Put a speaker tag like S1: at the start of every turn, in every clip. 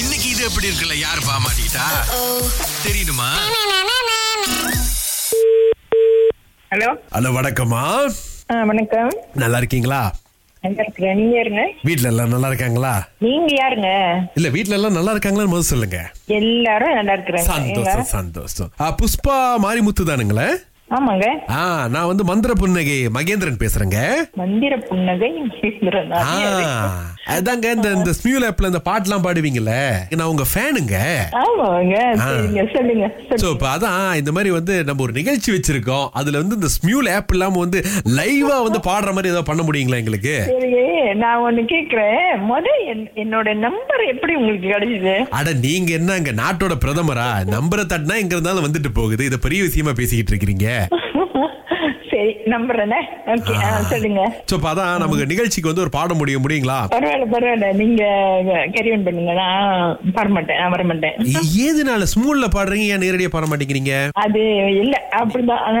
S1: இன்னைக்கு இது எப்படி இருக்குல்ல யார் பாமாட்டா தெரியுமா
S2: ஹலோ
S1: ஹலோ வணக்கம்மா
S2: ஆ வணக்கம்
S1: நல்லா இருக்கீங்களா
S2: நல்லா இருக்கிறேன் நீங்க யாருங்க
S1: வீட்ல எல்லாம் நல்லா இருக்காங்களா
S2: நீங்க யாருங்க
S1: இல்ல வீட்ல எல்லாம் நல்லா இருக்காங்களான்னு முதல்ல சொல்லுங்க
S2: எல்லாரும் நல்லா இருக்கிறாங்க ஏங்க?
S1: சந்தோஷம் சந்தோஷம் ஆ, புஷ்பா மாரிமுத்து தானுங்களே
S2: ஆமாங்க
S1: ஆ நான் வந்து மந்திர புன்னகை மகேந்திரன் பேசுறேங்க
S2: மந்திர புன்னகை ஈஸ்வரன்.
S1: ஆ, அதாங்க இந்த இந்த ஸ்மியூல் ஆப்ல இந்த பாட்டுலாம் பாடுவீங்கல்ல நான் உங்க ஃபேனுங்க
S2: ஆமாங்க சரிங்க சொல்லுங்க
S1: சோ
S2: சொல்லுங்க
S1: இப்போ அதான் இந்த மாதிரி வந்து நம்ம ஒரு நிகழ்ச்சி வச்சிருக்கோம் அதுல வந்து இந்த ஸ்மியூல் ஆப் இல்லாம வந்து லைவா வந்து பாடுற மாதிரி ஏதாவது பண்ண முடியுங்களா எங்களுக்கு
S2: சரி நான் ஒண்ணு கேக்குறேன் முத என்- என்னோட நம்பர் எப்படி உங்களுக்கு கிடைச்சது
S1: அட நீங்க என்னங்க நாட்டோட பிரதமரா நம்பரை தட்டினா எங்க இருந்தாலும் வந்துட்டு போகுது இத பெரிய விஷயமா பேசிக்கிட்டு இருக்கீங்க
S2: சரி நம்பர் தானே ஓகே ஆ, சொல்லுங்க
S1: சோ இப்போ அதான் நமக்கு நிகழ்ச்சிக்கு வந்து ஒரு பாட முடியும் முடியுங்களா
S2: பரவாயில்ல பரவாயில்ல நீங்க கேரியன் பண்ணுங்க நான் வரமாட்டேன் நான் வரமாட்டேன்
S1: ஏ- ஏதுனால ஸ்மூல்ல பாடுறீங்க ஏன் நேரடியா பாட மாட்டேங்கிறீங்க
S2: அது இல்ல அப்படிதான் ஆனா,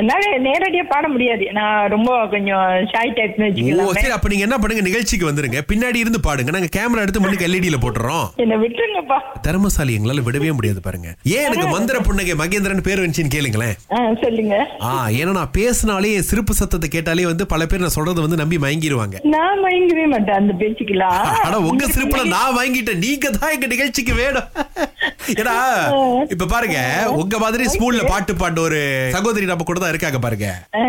S2: என்னால நேரடியா பாட முடியாது நான் ரொம்ப கொஞ்சம் ஷாய் டைப்னு
S1: ஓ சரி
S2: வச்சுக்கலாம்
S1: அப்ப நீங்க என்ன பண்ணுங்க நிகழ்ச்சிக்கு வந்துருங்க பின்னாடி இருந்து பாடுங்க நாங்க கேமரா எடுத்து முன்னுக்கு எல்இடியில போட்டுறோம்
S2: என்ன விட்டுருங்கப்பா
S1: தர்மசாலி எங்களால விடவே முடியாது பாருங்க ஏன் எனக்கு மந்திர புன்னகை மகேந்திரன் பேர் வந்துச்சுன்னு கேளுங்களேன்
S2: ஆ, சொல்லுங்க
S1: ஆ ஏன்னா நான் பேசினாலே என் சிரிப்பு சத்தத்தை கேட்டாலே வந்து பல பேர் நான் சொல்றதை வந்து நம்பி மயங்கிடுவாங்க
S2: நான் மயங்கவே மாட்டேன் அந்த பேச்சுக்கெல்லாம்
S1: ஆனா உங்க சிரிப்புல நான் வாங்கிட்டேன் நீங்க தான் எங்க நிகழ்ச்சிக்கு வேணும் ஏன்னா இப்ப பாருங்க உங்க மாதிரி ஸ்கூல்ல பாட்டு பாட்டு ஒரு சகோதரி நம்ம கூட தான் இருக்காங்க பாருங்க
S2: ஆ,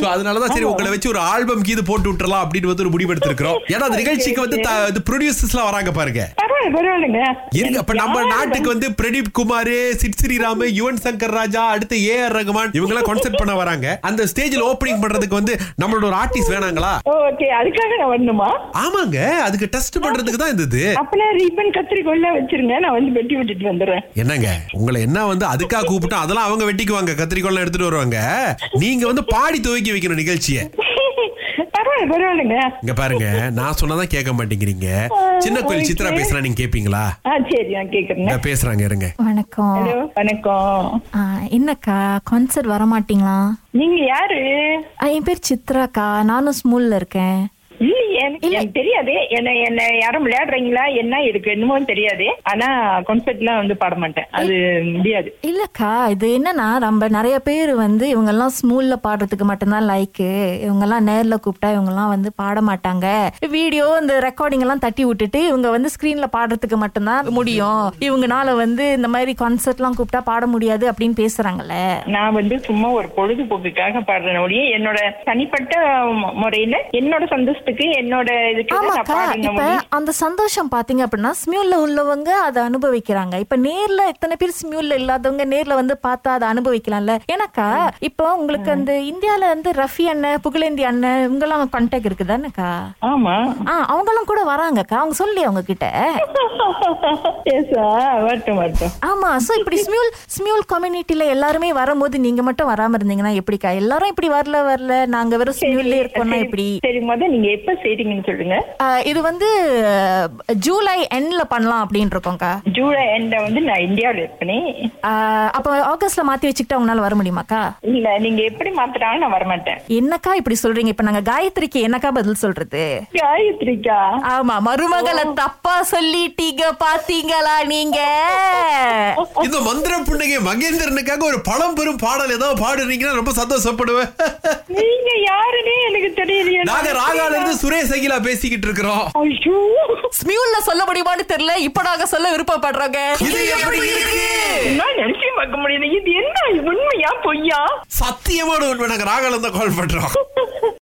S1: சோ அதனாலதான் சரி உங்களை வச்சு ஒரு ஆல்பம் கீது போட்டு விட்டுறலாம் அப்படின்னு வந்து ஒரு முடிவெடுத்திருக்கிறோம் ஏன்னா அந்த நிகழ்ச்சிக்கு வந்து த- இது ப்ரொடியூசர்ஸ் எல்லாம் வராங்க பாருங்க
S2: பரவாயில்ல பரவாயில்லைங்க
S1: இருங்க அப்ப நம்ம
S2: யாரு
S1: நாட்டுக்கு
S2: வந்து-
S1: வந்து பிரதீப் குமார் சிட் ஸ்ரீராம் யுவன் சங்கர் ராஜா அடுத்து ஏ ஆர் ரகுமான் இவங்க எல்லாம் கான்செப்ட் பண்ண வராங்க அந்த ஸ்டேஜ்ல ஓபனிங் பண்றதுக்கு வந்து நம்மளோட ஒரு ஆர்டிஸ்ட் வேணாங்களா
S2: ஓ, ஓகே அதுக்காக நான் வரணுமா
S1: ஆமாங்க அதுக்கு டெஸ்ட் பண்றதுக்கு தான் இருந்தது
S2: அப்பனா ரீபன் கத்திரிக்கோல்லாம் வச்சிருங்க நான் வந்து வெட்டி விட்டுட்டு வந்துடுறேன்
S1: என்னங்க உங்களை என்ன வந்து அதுக்காக கூப்பிட்டா அதெல்லாம் அவங்க வெட்டிக்குவாங்க கத்திரிக்கோலாம் எடுத்துட்டு வருவாங்க நீங்க வந்து பாடி துவக்கி வைக்கணும் நிகழ்ச்சியை
S2: பரவாயில்ல பரவாயில்லைங்க
S1: இங்க பாருங்க நான் சொன்னாதான் கேட்க மாட்டேங்கிறீங்க சின்ன கோயில் சித்ரா பேசுறா நீங்க கேப்பீங்களா
S2: ஆ சரி நான் கேக்குறேங்க
S1: இந்த பேசுறாங்க இருங்க
S3: வணக்கம்
S2: ஹலோ வணக்கம்
S3: ஆ, என்னக்கா கான்சர்ட் வர மாட்டீங்களா
S2: நீங்க யாரு
S3: ஆ, என் பேர் சித்ராக்கா நானும் ஸ்மூல்ல இருக்கேன்
S2: இல்ல எனக்கு எனக்கு தெரியாது என்ன என்ன யாரும் விளையாடுறீங்களா என்ன இருக்கு என்னமோ தெரியாது ஆனா கான்செர்ட்லாம் வந்து பாட மாட்டேன் அது முடியாது
S3: இல்லக்கா இது என்னன்னா நம்ம நிறைய பேர் வந்து இவங்கெல்லாம் ஸ்மூல்ல பாடுறதுக்கு மட்டும்தான் லைக்கு இவங்கெல்லாம் நேர்ல கூப்பிட்டா இவங்கெல்லாம் வந்து பாட மாட்டாங்க வீடியோ இந்த ரெக்கார்டிங் எல்லாம் தட்டி விட்டுட்டு இவங்க வந்து ஸ்கிரீன்ல பாடுறதுக்கு மட்டும்தான் முடியும் இவங்கனால வந்து இந்த மாதிரி கான்சர்ட்லாம் கூப்பிட்டா பாட முடியாது அப்படின்னு பேசுறாங்கல்ல
S2: நான் வந்து சும்மா ஒரு பொழுதுபோக்குக்காக பாடுறேன் ஒழிய என்னோட தனிப்பட்ட மு- முறையில என்னோட சந்தோஷத்துக்கு என்னோட இதுக்கு தான் நான்
S3: ஆமாக்கா
S2: பாடுறேன்
S3: இப்ப
S2: ஒழிய-
S3: அந்த சந்தோஷம் பாத்தீங்க அப்படின்னா ஸ்மியூல்ல உள்ளவங்க அதை அனுபவிக்கிறாங்க இப்ப நேர்ல எத்தனை பேர் ஸ்மியூல்ல இல்லாதவங்க நேர்ல வந்து பார்த்தா அதை அனுபவிக்கலாம்ல ஏன்னாக்கா இப்போ உங்களுக்கு அந்த இந்தியால வந்து ரஃபி அண்ணன் புகழேந்தி அண்ணன் இவங்கெல்லாம் கான்டாக்ட் இருக்குதானக்கா
S2: ஆமா
S3: ஆ அவங்களும் கூட வராங்கக்கா அவங்க சொல்லி அவங்க கிட்ட
S2: பேசா வரட்டும் வரட்டும்
S3: ஆமா சோ இப்படி ஸ்மியூல் ஸ்மியூல் கம்யூனிட்டில எல்லாருமே வரும்போது நீங்க மட்டும் வராம இருந்தீங்கன்னா எப்படிக்கா எல்லாரும் இப்படி வரல வரல நாங்க வெறும் ஸ்மியூல்ல இருக்கோம்னா
S2: சரி,
S3: எப்படி
S2: சரி முத நீங்க எப்ப செய்றீங்கன்னு சொல்லுங்க
S3: ஆஹ் இது வந்து ஆஹ், ஜூலை எண்ட்ல பண்ணலாம் அப்படின்னு இருக்கோம்க்கா
S2: ஜூலை எண்ட வந்து நான் இந்தியாவுல இருப்பேனே
S3: ஆஹ் அப்ப ஆகஸ்ட்ல மாத்தி வச்சுக்கிட்டு அவங்களால வர முடியுமாக்கா
S2: இல்ல நீங்க எப்படி மாத்துறாலும் நான் வரமாட்டேன்
S3: என்னக்கா இப்படி சொல்றீங்க இப்ப நாங்க காயத்ரிக்கு என்னக்கா பதில் சொல்றது
S2: காயத்ரிக்கா
S3: ஆமா மருமகளை தப்பா சொல்லிட்டீங்க பாத்தீங்களா நீங்க
S1: இந்த மந்திர புன்னகை மகேந்திரனுக்காக ஒரு பழம்பெரும் பாடல் ஏதோ பாடுறீங்கன்னா ரொம்ப சந்தோஷப்படுவேன்
S2: நீங்க யாருன்னே எனக்கு தெரியலையே
S1: நாங்க ராகால இருந்து சுரேஷ் அகிலா பேசிக்கிட்டு இருக்கிறோம்
S2: ஐயோ
S3: ஸ்மியூல்ல சொல்ல முடியுமான்னு தெரியல இப்ப நாங்க சொல்ல விருப்பப்படுறோங்க
S1: இது எப்படி இருக்கு
S2: நான் நினைச்சு பார்க்க முடியல இது என்ன உண்மையா பொய்யா
S1: சத்தியமான உண்மை நாங்க ராகல தான் கால் பண்றோம்